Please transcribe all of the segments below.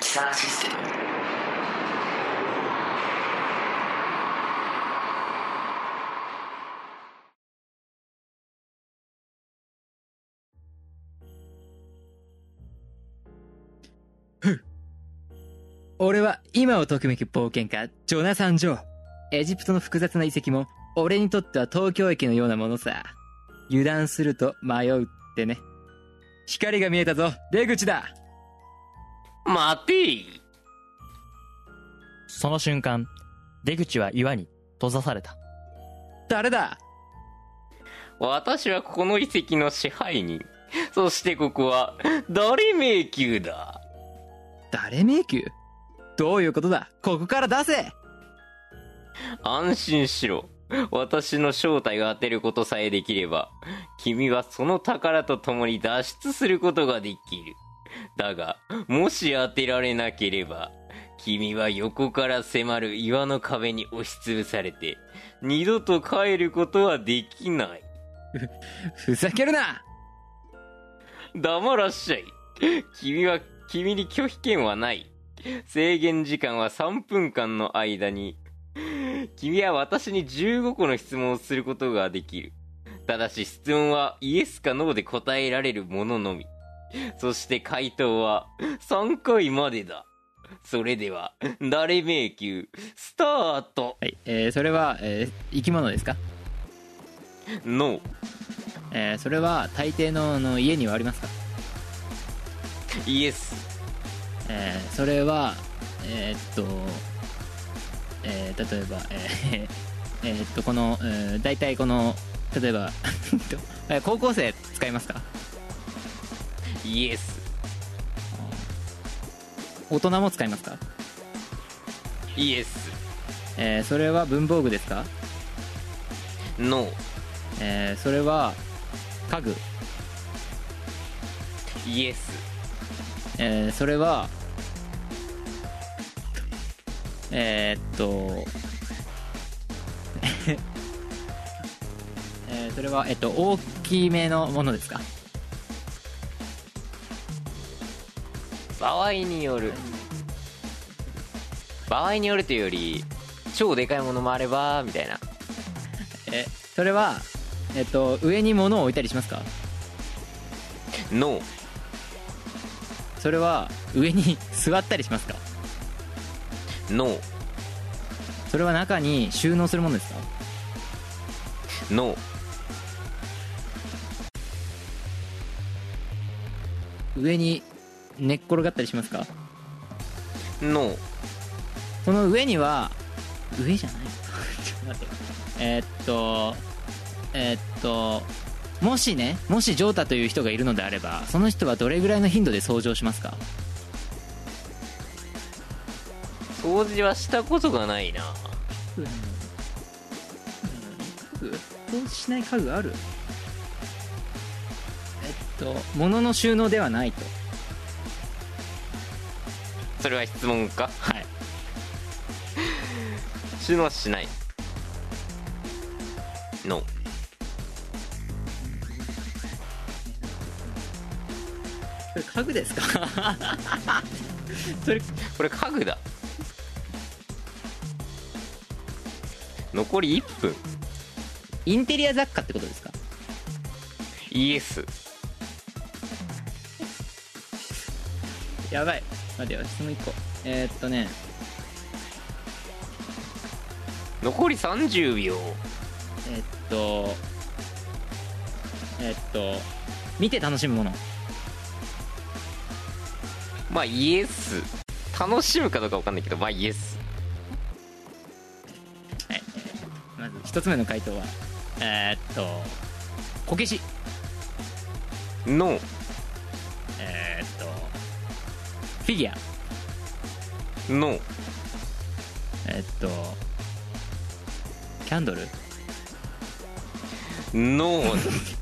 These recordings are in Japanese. キサーシステム俺は今をときめく冒険家、ジョナサン・ジョー。エジプトの複雑な遺跡も、俺にとっては東京駅のようなものさ。油断すると迷うってね。光が見えたぞ出口だ待ていその瞬間、出口は岩に閉ざされた。誰だ私はここの遺跡の支配人そしてここは誰迷宮だ誰迷宮どういうことだここから出せ安心しろ私の正体が当てることさえできれば君はその宝と共に脱出することができるだがもし当てられなければ君は横から迫る岩の壁に押しつぶされて二度と帰ることはできないふざけるな黙らっしゃい。君は、君に拒否権はない。制限時間は3分間の間に、君は私に15個の質問をすることができる。ただし質問はイエスかノーで答えられるもののみ。そして回答は3回までだ。それでは、誰迷宮、スタートはい、えー、それは、えー、生き物ですかの、えー、それは、大抵の、あの、家にはありますかイエス、えー、それはえーっと、えー、例えばえー えーっとこの、えー、大体この例えば えっとえー高校生使いますかイエス、大人も使いますか、イエス、えー、それは文房具ですか、ノー、えー、それは家具、イエス、えー、それはえー、っと えー、それは、えっと、大きめのものですか場合による場合によるというより超でかいものもあればみたいなえそれはえっと上に物を置いたりしますかのそれは上に座ったりしますかのそれは中に収納するものですかの上に寝っ転がったりしますかのその上には上じゃない ちょっと待ってえっとえっともしねもしジョータという人がいるのであればその人はどれぐらいの頻度で掃除をしますか掃除はしたことがないな家具掃除しない家具あるえっと物の収納ではないとそれは質問かはい収納はしないのそれ家具ですかそれこれ家具だ残り1分インテリア雑貨ってことですかイエスやばい待てよ質問1個えー、っとね残り30秒えーっとえっと見て楽しむものまあイエス楽しむかどうかわかんないけどまあイエスまず一つ目の回答はえーっとこけしノーえーっとフィギュアノーえーっとキャンドルノー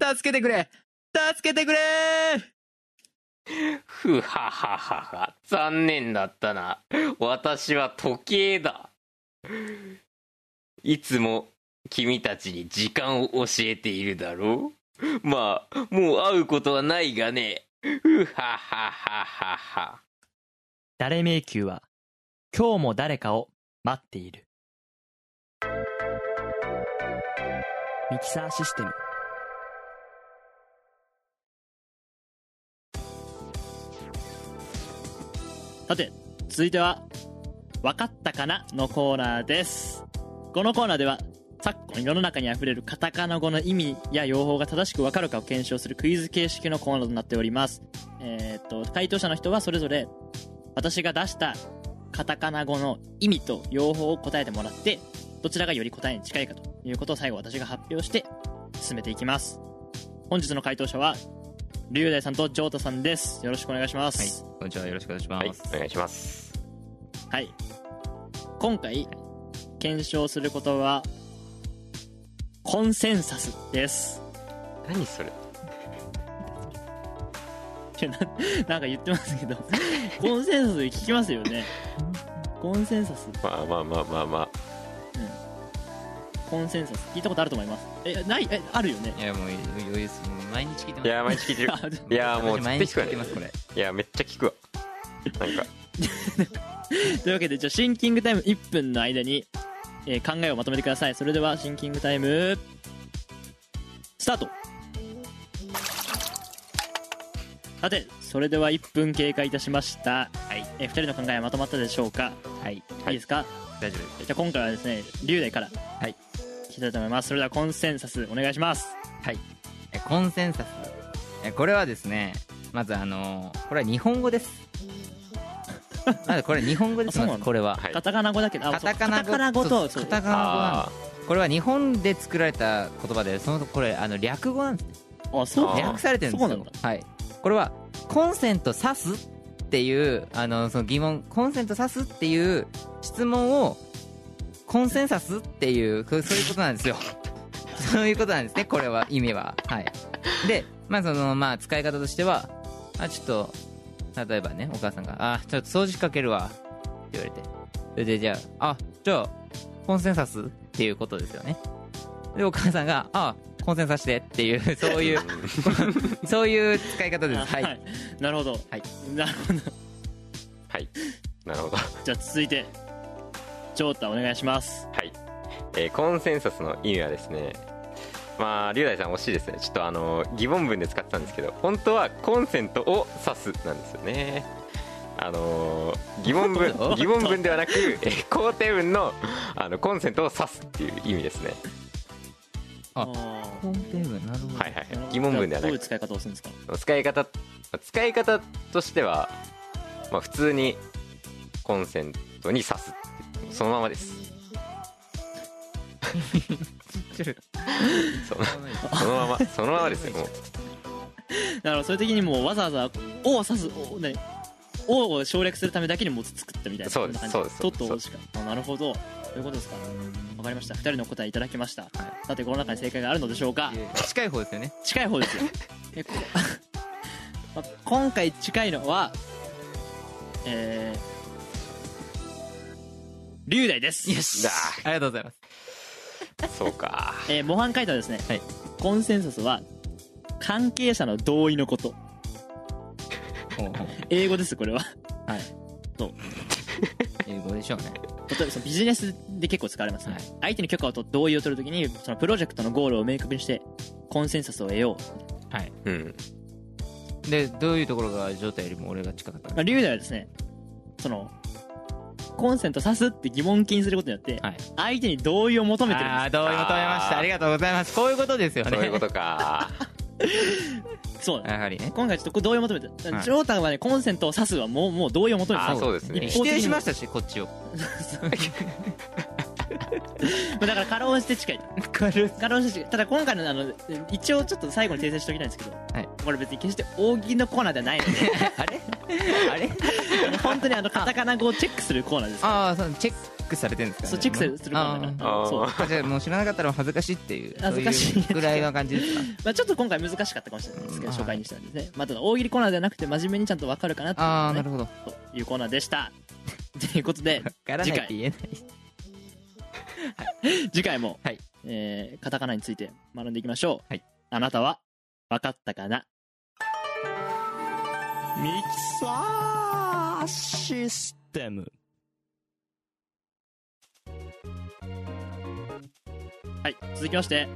助けてくれ助けてくれふはははは残念だったな私は時計だいつも君たちに時間を教えているだろうまあもう会うことはないがねふははははは誰迷宮は今日も誰かを待っているミキサーシステムさて続いては「わかったかな?」のコーナーですこのコーナーでは昨今世の中にあふれるカタカナ語の意味や用法が正しくわかるかを検証するクイズ形式のコーナーとなっておりますえー、と回答者の人はそれぞれ私が出したカタカナ語の意味と用法を答えてもらってどちらがより答えに近いかということを最後私が発表して進めていきます本日の回答者は龍大さんと城太さんですよろしくお願いしまはいす、こんにちは。よろしくお願いしまはいす。お願いしますはい、今回検証することはコンセンサスです何それいやな なんか言ってますけどコンセンサス聞きますよねコンセンサスまあまあまあまあまあコンセンサス聞いたことあると思いますえないえあるよねいや、もう余裕です。もう毎日聞いてます。いや毎日聞いてるあでも いや私もう毎日聞いてます、これ。いやめっちゃ聞くわなんかというわけでじゃあシンキングタイム1分の間に、えー考えをまとめてくださいそれではシンキングタイムスタートさてそれでは1分経過いたしました、はいえー、2人の考えはまとまったでしょうかはい。いいですか、大丈夫でじゃあ今回はですね龍大からはい聞きたいと思いますそれではコンセンサスお願いしますすえ。コンセンサス。えこれはですね、まずあのーこれは日本語です。まずこれ日本語です。あそうなまのずこれは。はいカタカナ語だけどあカタカナそう語。カタカナ語そうとそうカタカナ語なんですこれは日本で作られた言葉で、そのこれあの略語なんです。あそうあー略されてるんですそうなよんだ。はい。これはコンセント刺すっていうあのその疑問コンセント刺すっていう質問をコンセンサスっていうそうそういうことなんですよ。 そういうことなんですね。これは意味ははい。でまあそのまあ使い方としてはあちょっと例えばねお母さんがあちょっと掃除かけるわって言われてそれでじゃああじゃあコンセンサスっていうことですよね。でお母さんがあコンセンサスしてっていうそういう そういう使い方です。あはい。はい、なるほど、はいなるほどはいなるほどじゃあ続いてジョータお願いしますはい、えーコンセンサスの意味はですねまあ龍大さん惜しいですねちょっとあの疑問文で使ってたんですけど本当はコンセントを指すなんですよねあのー疑問文 おっと疑問文ではなく、えー肯定文のあのコンセントを指すっていう意味ですねあーコンテなるほど。はいはい疑問文ではなどういくう使い方をするんですか使い方使い方としては、まあ、普通にコンセントに刺すっていうそのままですそのそのままそのままですよもうだからそれ的にもうわざわざ「お」を指す「お」何「お」を省略するためだけにもう作ったみたいなそうでんすなそう感でじすとっとそおうでしかあなるほどということですかわかりました2人の答えいただきました、さてこの中に正解があるのでしょうか近い方ですよね。近い方ですよ えこ まあ今回近いのはえー龍大ですよしだありがとうございます。そうかえー模範解答ですね、はいコンセンサスは関係者の同意のことおうおう英語ですこれは英語でしょうね。例えばそのビジネスで結構使われますね、はい相手に許可を取って同意を取るときにそのプロジェクトのゴールを明確にしてコンセンサスを得ようはい。うんでどういうところが状態よりも俺が近かったまあの？龍大はですねそのコンセント刺すって疑問気にすることによって、はい相手に同意を求めてるんあであ同意求めましたありがとうございますこういうことですよねそういうことか。す。そうなんですやはりね今回ちょっとこれ同意を求めてる、はいジョータはね、コンセントを刺すはもう、もう同意を求めてるあーそうですね一否方的に定しましたしこっちをだから過労して近い過労して近いただ今回のあの一応ちょっと最後に訂正しておきたいんですけど、はいこれ別に決して大喜利のコーナーではないので あれあれ本当にあのカタカナ語をチェックするコーナーですからああそうチェックされてるんですかねそうチェックするするコーナーだからあーそう、あじゃあもう知らなかったら恥ずかしいっていう恥ずかしいそううぐらいの感じですかまあ、ちょっと今回難しかったかもしれないですけどうん紹介にしたんですね、まあ、ただ大喜利コーナーではなくて真面目にちゃんと分かるかなっていう,、ああねなる、ほどというコーナーでした ということでガラないって言えない次回も、はいえーカタカナについて学んでいきましょう、はいあなたは分かったかなミキサーシステムはい続きまして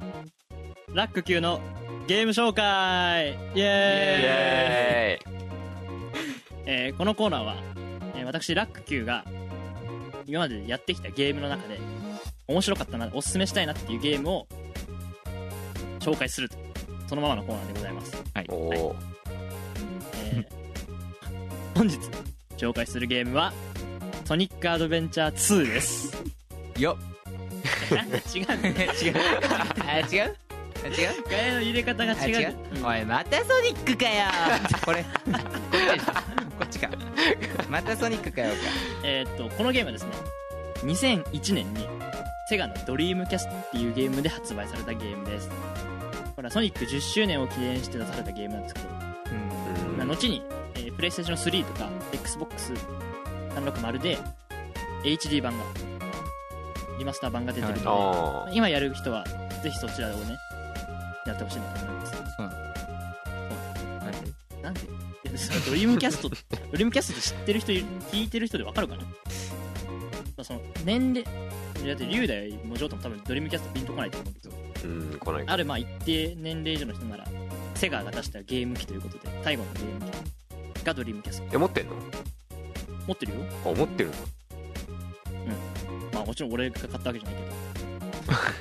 ラック級のゲーム紹介イエーイ イエーイ。えーこのコーナーは、えー私ラック級が今までやってきたゲームの中で面白かったなおすすめしたいなっていうゲームを紹介するとそのままのコーナーでございます、おおー。えー本日紹介するゲームは「ソニックアドベンチャー2」ですよっ 違うんだ違うあ違うあ違うガヤの入れ方 があ違違ううおいまたソニックかよこれこっちかまたソニックかよえーっとこのゲームはですね2001年にセガのドリームキャストっていうゲームで発売されたゲームですこれはソニック10周年を記念して出されたゲームなんですけど、かうんまあ後に、えー、プレイステーション3とか XBOX360 で HD 版がリマスター版が出てるので、あー今やる人はぜひそちらをねやってほしいなと思いますなんでなんでいやそのドリームキャストドリームキャストって知ってる人いる聞いてる人でわかるかな、まあ、その年齢いやだって龍大もジョータも多分ドリームキャストピンとこないと思うけどうん、来ないか。あるまあ一定年齢以上の人ならセガが出したゲーム機ということで最後のゲーム機がドリームキャスえ、持ってんのト持ってるよあ、持ってるのまあもちろん俺が買ったわけじゃない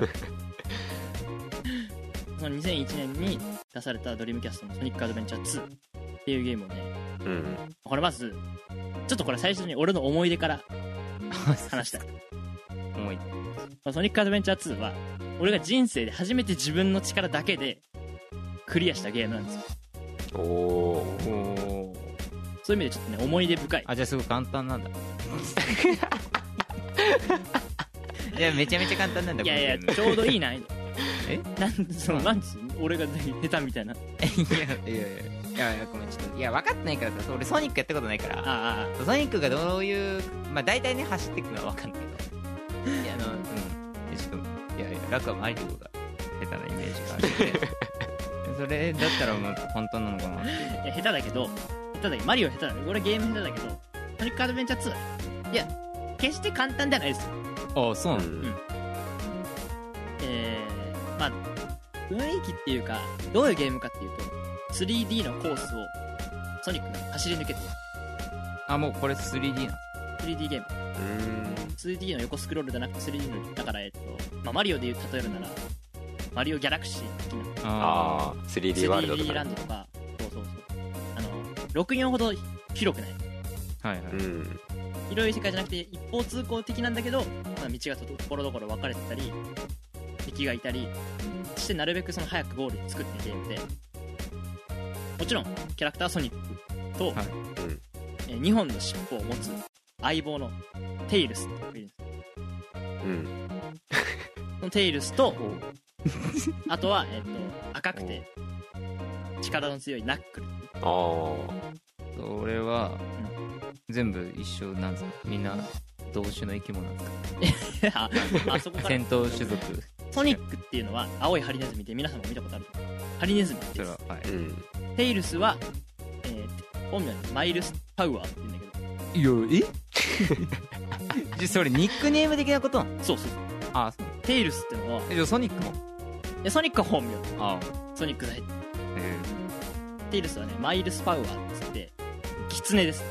けどその2001年に出されたドリームキャストの「ソニックアドベンチャー2」っていうゲームをねうん。これまずちょっとこれ最初に俺の思い出から話 したい思いまあソニックアドベンチャー2は、俺が人生で初めて自分の力だけでクリアしたゲームなんですよ。おおー。おおーそういう意味でちょっとね、思い出深い。あじゃあすごい簡単 なんだいやめちゃめちゃ簡単なんだいやいや、このゲちょうどいい 難易度。えなんその、なんつうの俺が、ね、下手みたいな。ームいやいやいやいやごめんちょっといや分かってないからさ俺ソニックやったことないからあソニックがどういうまあ大体ね走っていくのは分かんないけどいやあのうんえちょっといやいや楽はマリオが下手なイメージがあ るんでそれだったらもう本当なのかなあああ、いや下手だけど、下手だけど、マリオ下手だけど、俺ゲーム下手だけど、ソニックアドベンチャー2はいや、決して簡単じゃないですよ。あそううなのん。えー、まあ、雰囲気っていうか、どういうゲームかっていうと、3D のコースをソニックが走り抜けてる、あもうこれ 3D な 3D ゲーム。うん。 2D の横スクロールじゃなくて 3D のだからえっと、まあ、マリオでいう例えるならマリオギャラクシー的なああ、3D ワールドと 3D ラかンね。ドとかそうそうそうあの64ほど広くないあはいはういん。広い世界じゃなくて一方通行的なんだけど、まあ、道がところどころ分かれてたり敵がいたりそしてなるべくその早くゴールに作ってゲームでもちろんキャラクターはソニックと、はいうんえ2本の尻尾を持つ相棒のテイルスっていううん。そのテイルスとあとは、えっと赤くて力の強いナッ クルああ。それは全部一緒なんですかみんな同種の生き物なんですあかあそこから戦闘種族ソニックっていうのは青いハリネズミで皆さんも見たことあると思うハリネズミそでれすははうん。テイルスは、えー、本名にマイルス・パウアーって言うんだけどいいや えじゃそれニックネーム的なことなのそうそうそうあそうテイルスっていうのはえじゃあソニックもえソニックは本名あソニックが入ってあへテイルスはねマイルス・パウアーって言ってキツネですえ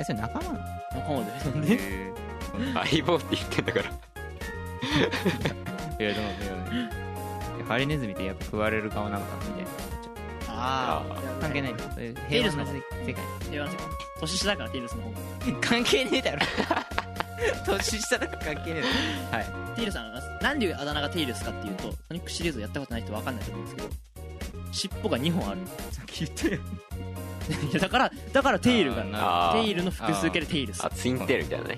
えそれ仲間なの仲 間で相棒って言ってんだからいやでもいやハリネズミってやっぱ食われる顔なのかなみたいなあ関係ないんだそういう平和な世あ界平和な世界年下だからティールスの方が 関係ねえだろ 年下だから関係ねえだろはいティールさんはなんであだ名がティールスかっていうとソニックシリーズをやったことない人わかんないと思うんですけど尻尾が2本ある さっき言ったよいやだからだからテイルがテあーイルの複数形でテイルスあツインテールみたいなね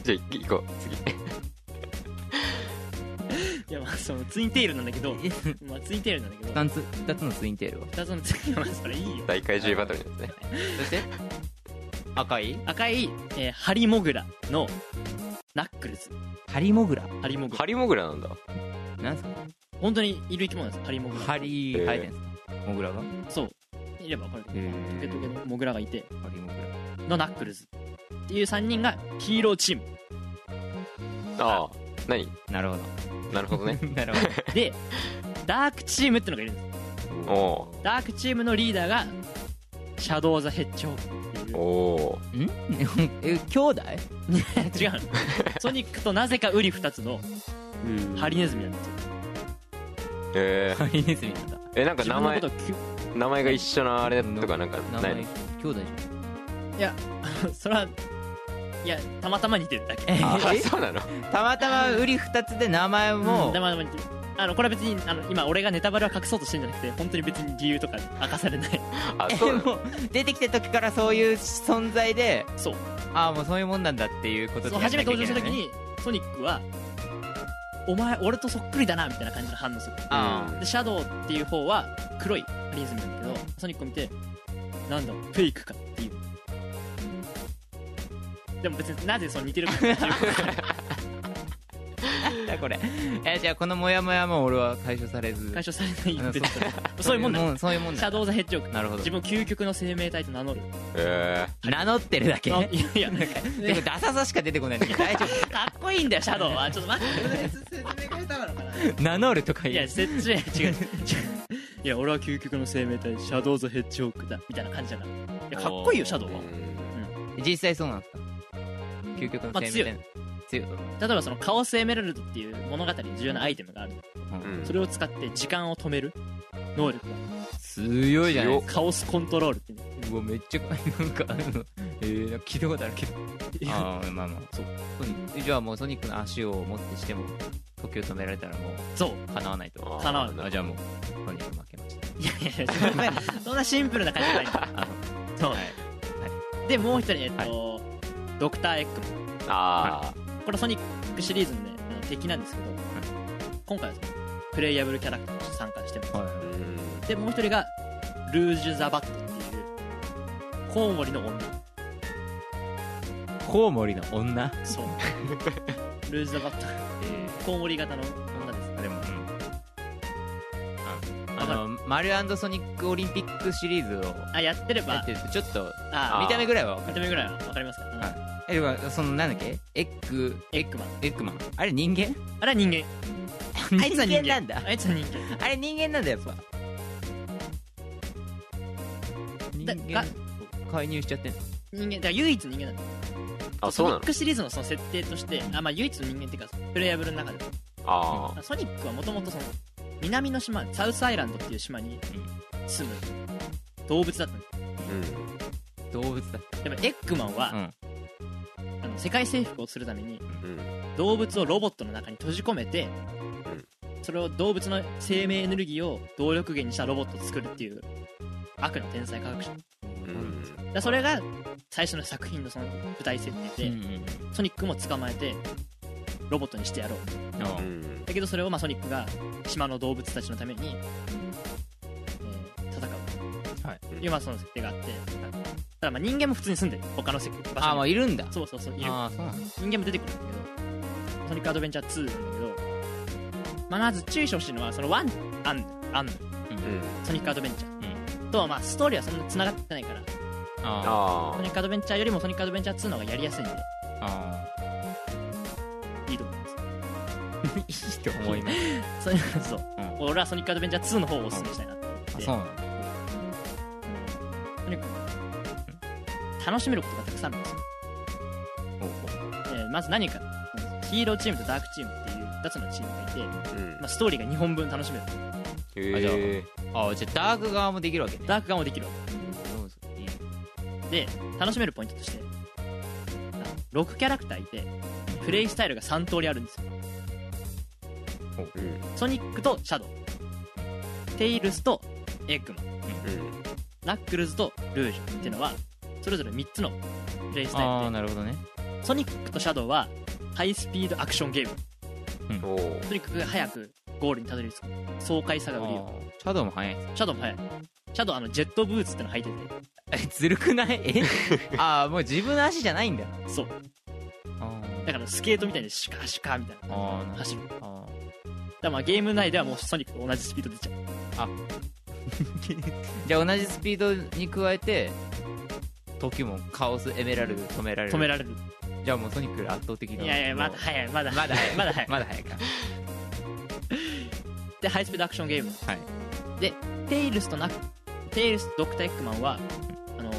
じゃあ行こう次いやまあそのツインテールなんだけど、まあ、ツインテールなんだけど2つ二つのツインテールを2つのツインテールはそれいいよ大怪獣バトルですねそして赤い赤い、えーハリモグラのナックルズハリモグラハリモグラハリモグラなんだなんですか本当にいる生き物なんですよハリモグラハリえー生えてんすかモグラがそういればこれトへーゲトゲのモグラがいてハリモグのナックルズっていう3人がヒーローチーム ああ何ラなるほなるほど ねど なるほどでダークチームってのがいるんですおおダークチームのリーダーがシャドウ・ザ・ヘッジホッグってーいうお んえ 兄弟違う のソニックとなぜかウリ2つのハリネズミなんですよーえーハリネズミなんだえなんか自名分のこ前とをキュ名前が一緒のあれとかなんか名な前い兄の弟じ それはいやたまたま似てるだけゃんあえそうなのたまたま売り二つで名前もたまたま似てるあのこれは別にあの今俺がネタバレを隠そうとしてるんじゃなくて本当に別に理由とか明かされない あえそうなのもう出てきた時からそういう存在でそうああもうそういうもんなんだっていうことそう初めて登場した時にソニックは「お前俺とそっくりだな」みたいな感じの反応するあでシャドウっていう方は黒いハリネズミなんだけどソニックを見て「なんだフェイクか」っていうでも別になぜその似てるかっていうなんだこれえじゃあこのモヤモヤも俺は解消されず解消されない あってそうそういうもんだよそういうもんシだャドウ・ザ・ヘッジホッグなるほど自分を究極の生命体と名乗るえ名乗ってるだけあいやいやでもダサさしか出てこ ないんだけど大丈かっこいいんだよシャドウ はちょっと待って説明が下手なのかな夫名乗るとかいや言うせ違う違う違う いや俺は究極の生命体シャドウ・ザ・ヘッジホッグだみたいな感じだからいやかっこいいよシャドウーは実際そうなんですか究極の生命体の強い例えばそのカオスエメラルドっていう物語に重要なアイテムがあるううんんそれを使って時間を止める能力が強いじゃないですかカオスコントロールっていううわめっちゃかなんかあのえー、なんか聞いたことあるけどああまあまあそうじゃあもうソニックの足を持ってしても時を止められたらもうそうかなわないとあー叶わないあじゃあもうソニック負けましたいやいやい やそんなシンプルな感じじゃないんだ あそう、はいでもう一人えっと、ドクターエッグあこれソニックシリーズの,、ね、あの敵なんですけど、今回はそのプレイヤブルキャラクターとして参加してます、のあはいでもう一人がルージュ・ザ・バットっていうコウモリの女コウモリの女そうルージュ・ザ・バットコウモリ型の女ですあでもうんあわかるのマリオソニックオリンピックシリーズをあやってればやってるとちょっとあ見た目ぐらいは分か見たる目ぐらいは分かりますか、うんはいえでもそのなんだっけエッグエッグマンエッグマンあれ人 間あれは人間あいつは人間なんだあいつは人間あれ人間なんだやっぱ人だ間介入しちゃってんの人間だから唯一人間なんだあそうソニなのックシリーズのその設定としてあ、まあ、唯一の人間っていうかプレイヤブルの中であソニックはもともとその南の島サウスアイランドっていう島に住む動物だったんですあうん動物だやっぱエッグマンは、あの世界征服をするためにうん動物をロボットの中に閉じ込めて、それを動物の生命エネルギーを動力源にしたロボットを作るっていう悪の天才科学者だかうんらそれが最初の作品のその舞台設定で、ソニックも捕まえてロボットにしてやろうううんんだけどそれをまあソニックが島の動物たちのために、えー戦うはいというまあその設定があってただまあ人間も普通に住んでる他の世界場あも所うにいるんだそうそうそういるああそうなんだ人間も出てくるんだけどソニックアドベンチャー2なんだけど、まあ、まず注意してほしいのはその1あんあんのうんソニックアドベンチャー、とまあストーリーはそんな繋がってないからああソニックアドベンチャーよりもソニックアドベンチャー2の方がやりやすいんでーあいいと思いますーいいと思いますそれそう、うん俺はソニックアドベンチャー2の方をおすすめしたいなって思ってあそうなんだとにかく楽しめることがたくさんあるんですよ、えーまず何かヒーローチームとダークチームっていう2つのチームがいて、うんまあ、ストーリーが2本分楽しめるあじゃあへえあじゃあダーク側もできるわけねダーク側もできるわそうそういいねけで楽しめるポイントとして6キャラクターいてプレイスタイルが3通りあるんですようんソニックとシャドウテイルスとエッグマンうんナックルズとルージュっていうのはそれぞれ3つのプレイスあタあイルなるほどねでソニックとシャドウはハイスピードアクションゲームおおとにかく早くゴールにたどり着く爽快さあが売りよーシャドウも早いシャドウも早いシャドウあのジェットブーツっての履いてて えずるくないえ ああもう自分の足じゃないんだそうあだからスケートみたいにシュカシュカみたいーなあーな走るだかあーらまあゲーム内ではもうソニックと同じスピード出ちゃうじゃあ同じスピードに加えて時もカオスエメラルド止められる止められるじゃあもうソニックより圧倒的ないやいやもうまだ早いまだまだ早 いまだ早いまだ早いかでハイスピードアクションゲーム、はいでテイルスとナックテイルスとドクターエッグマンはあの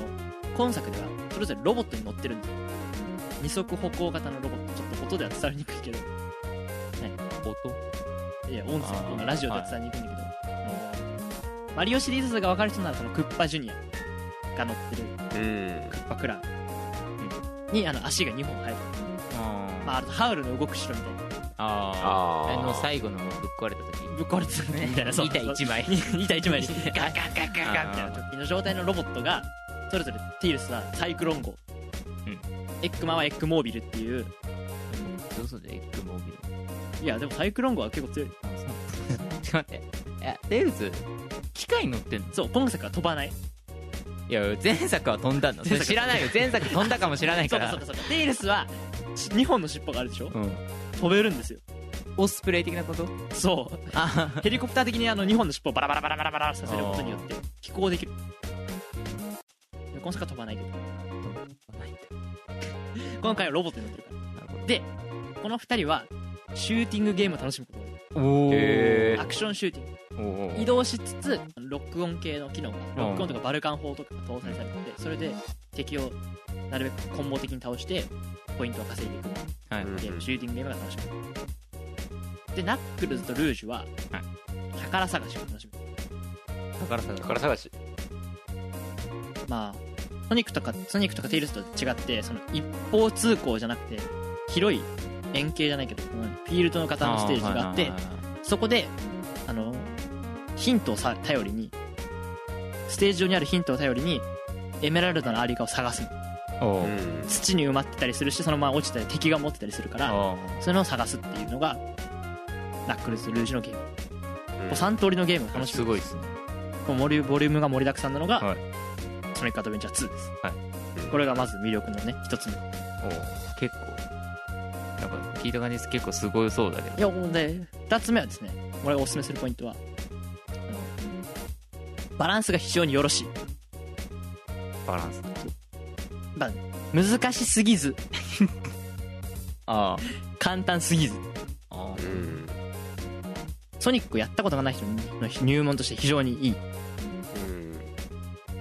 今作ではそれぞれロボットに乗ってるんですよ二足歩行型のロボットちょっと音では伝わりにくいけど音いや音あー声ラジオでは伝わりにくいんだけど、あのマリオシリーズが分かる人ならそのクッパジュニアが乗ってるうんクッパクランにあの足が2本生えてる、あまあ、あとハウルの動く城みたいなああーーあの最後のぶっ壊れた時ぶっ壊れてるみたいなそう板一枚板一枚にガンガンガンガンガンみたいな時の状態のロボットがそれぞれティールスはサイクロン号、うんエッグマンはエッグモービルっていうどうするじゃんエッグモービルいやでもサイクロン号は結構強いあそう ちょっと待ってえデウズ機械乗ってんのそう今作は飛ばないいや前作は飛んだのそれ知らないよ前作飛んだかもしらな いそかうからそうかそうかティールスは2本の尻尾があるでしょうん飛べるんですよオスプレイ的なことそうあヘリコプター的にあの2本の尻尾をバラバラバラバラバラさせることによって飛行できる今作は飛ばないけど今回はロボットになってるからでこの2人はシューティングゲームを楽しむことができるおへーアクションシューティングおー移動しつつロックオン系の機能がロックオンとかバルカン砲とかが搭載されててそれで敵をなるべくコンボ的に倒してポイントを稼いでいくってはいいううんシューティングゲームが楽しめるでナックルズとルージュは宝探しが楽しめる宝探し宝探しまあソニックとかソニックとかテイルズと違ってその一方通行じゃなくて広い円形じゃないけどこのフィールドの型のステージがあってそこであのヒントをさ頼りにステージ上にあるヒントを頼りにエメラルドのアリカを探すのおうーん土に埋まってたりするしそのまま落ちたり敵が持ってたりするからあそういうのを探すっていうのがナックルズ・ルージュのゲーム、うん3通りのゲームがー楽しすむごいですねこのボリュボリュームが盛りだくさんなのが、はいソニックアドベンチャー2です、はいこれがまず魅力のね一つ目いおー結構なんか聞いた感じです結構すごいそうだけどやほんで2つ目はですね俺がおすすめするポイントはあのバランスが非常によろしいバランス難しすぎずあ簡単すぎずあうんソニックやったことがない人の入門として非常にいいうん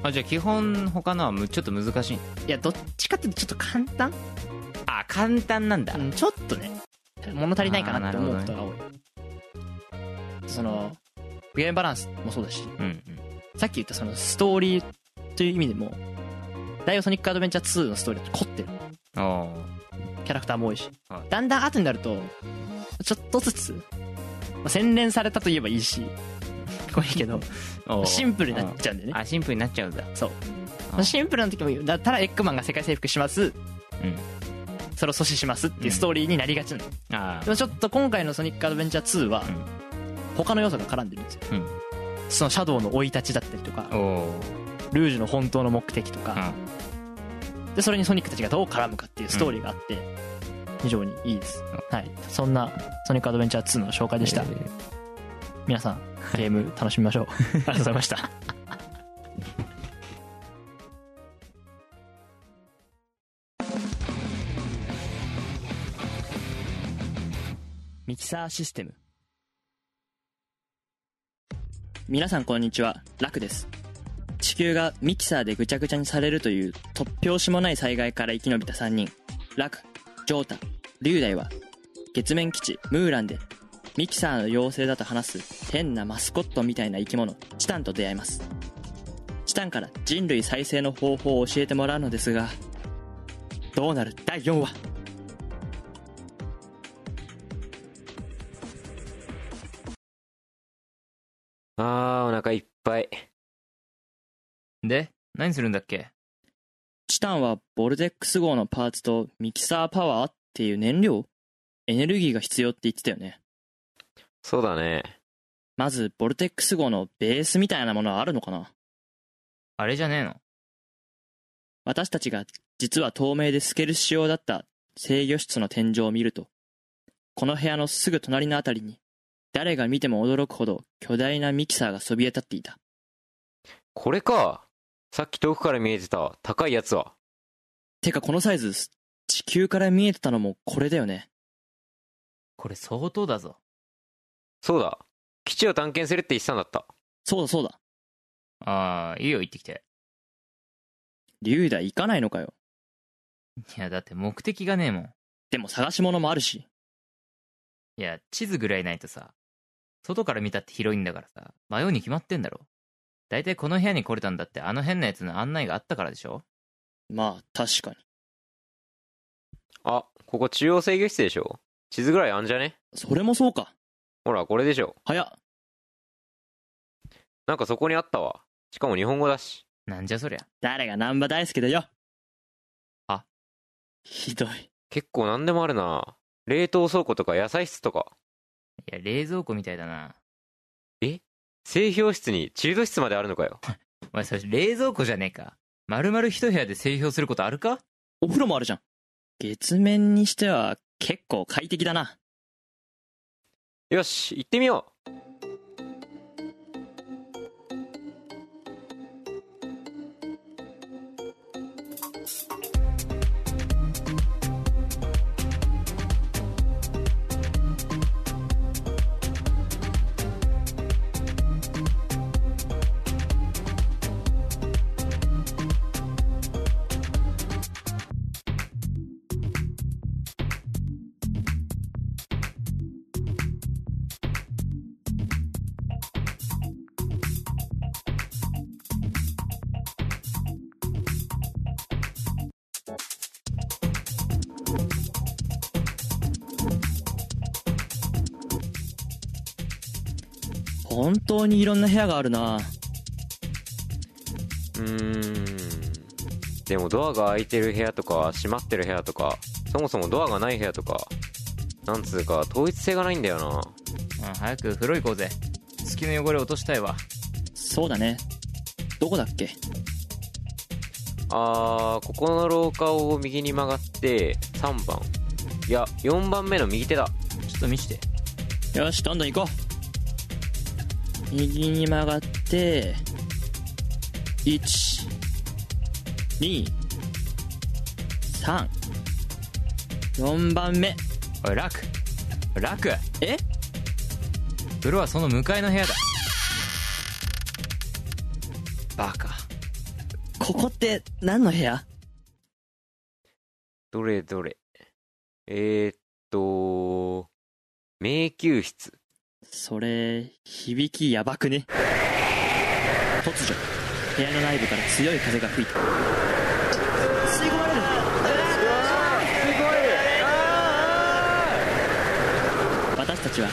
あじゃあ基本他のはむちょっと難しいいやどっちかっていうとちょっと簡単、あ簡単なんだうんちょっとね物足りないかなって思うことが多い、そのゲームバランスもそうだしうんさっき言ったそのストーリーという意味でもダイオソニックアドベンチャー2のストーリーって凝ってるうんおキャラクターも多いし、はいだんだん後になるとちょっとずつ、まあ洗練されたと言えばいいしこれいいけどおシンプルになっちゃうんだよねあシンプルになっちゃうんだあシンプルな時もだったらエッグマンが世界征服します、うんそれを阻止しますっていうストーリーになりがちなの、あでもちょっと今回の「ソニックアドベンチャー2」はうん他の要素が絡んでるんですよ、うんそのシャドウの生い立ちだったりとかおおルージュの本当の目的とか、でそれにソニックたちがどう絡むかっていうストーリーがあって、非常にいいです、はい、そんな「ソニックアドベンチャー2」の紹介でした、皆さんゲーム楽しみましょうありがとうございましたミキサーシステム皆さんこんにちはラクです地球がミキサーでぐちゃぐちゃにされるという突拍子もない災害から生き延びた3人楽ジョータ龍大は月面基地ムーランでミキサーの妖精だと話す変なマスコットみたいな生き物チタンと出会いますチタンから人類再生の方法を教えてもらうのですがどうなる第4話あー、お腹いっぱい。で、何するんだっけチタンはボルテックス号のパーツとミキサーパワーっていう燃料エネルギーが必要って言ってたよねそうだね。まずボルテックス号のベースみたいなものはあるのかなあれじゃねえの私たちが実は透明で透ける仕様だった制御室の天井を見るとこの部屋のすぐ隣のあたりに誰が見ても驚くほど巨大なミキサーがそびえ立っていたこれか。さっき遠くから見えてた高いやつは。てかこのサイズ地球から見えてたのもこれだよねこれ相当だぞ。そうだ。基地を探検するって言ってたんだった。そうだそうだああ、いいよ、行ってきて。龍大行かないのかよいや、だって目的がねえもん。でも探し物もあるしいや、地図ぐらいないとさ、外から見たって広いんだからさ、迷うに決まってんだろ。大体この部屋に来れたんだって、あの変なやつの案内があったからでしょまあ確かにあ、ここ中央制御室でしょ地図ぐらいあんじゃねそれもそうかほら、これでしょ。早っなんかそこにあったわ。しかも日本語だし。なんじゃそりゃ。誰が難波大好きだよあひどい結構何でもあるな。冷凍倉庫とか野菜室とか。いや、冷蔵庫みたいだな。製氷室にチルド室まであるのかよ。お前、それ冷蔵庫じゃねえか。丸々一部屋で製氷することあるかお風呂もあるじゃん月面にしては結構快適だなよし、行ってみよう。本当にいろんな部屋があるなうーん。でもドアが開いてる部屋とか、閉まってる部屋とか、そもそもドアがない部屋とか、なんつうか、統一性がないんだよな。うん、早く風呂行こうぜ。月の汚れ落としたいわ。そうだねどこだっけあー、ここの廊下を右に曲がって、3番。いや、4番目の右手だ。ちょっと見して。よしどんどん行こう右に曲がって12345番目おい、楽。楽え風呂はその向かいの部屋だ。バカ。ここって何の部屋どれどれ。えー、っと、迷宮室。それ響きやばくね突如部屋の内部から強い風が吹いた吸い込まれる私たちは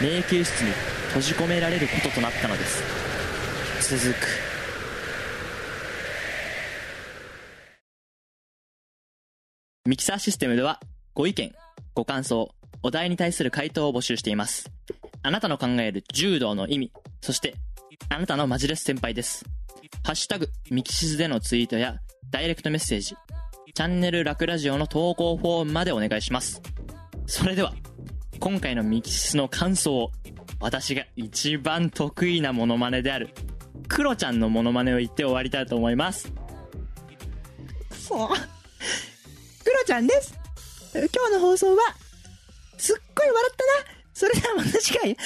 迷宮室に閉じ込められることとなったのです続くミキサーシステムではご意見ご感想お題に対する回答を募集していますあなたの考える柔道の意味、そして、あなたのマジレス先輩です。ハッシュタグ、ミキシズでのツイートや、ダイレクトメッセージ、チャンネルラクラジオの投稿フォームまでお願いします。それでは、今回のミキシスの感想を、私が一番得意なモノマネである、クロちゃんのモノマネを言って終わりたいと思います。そう。クロちゃんです。今日の放送は、すっごい笑ったな。それではまた次回、おー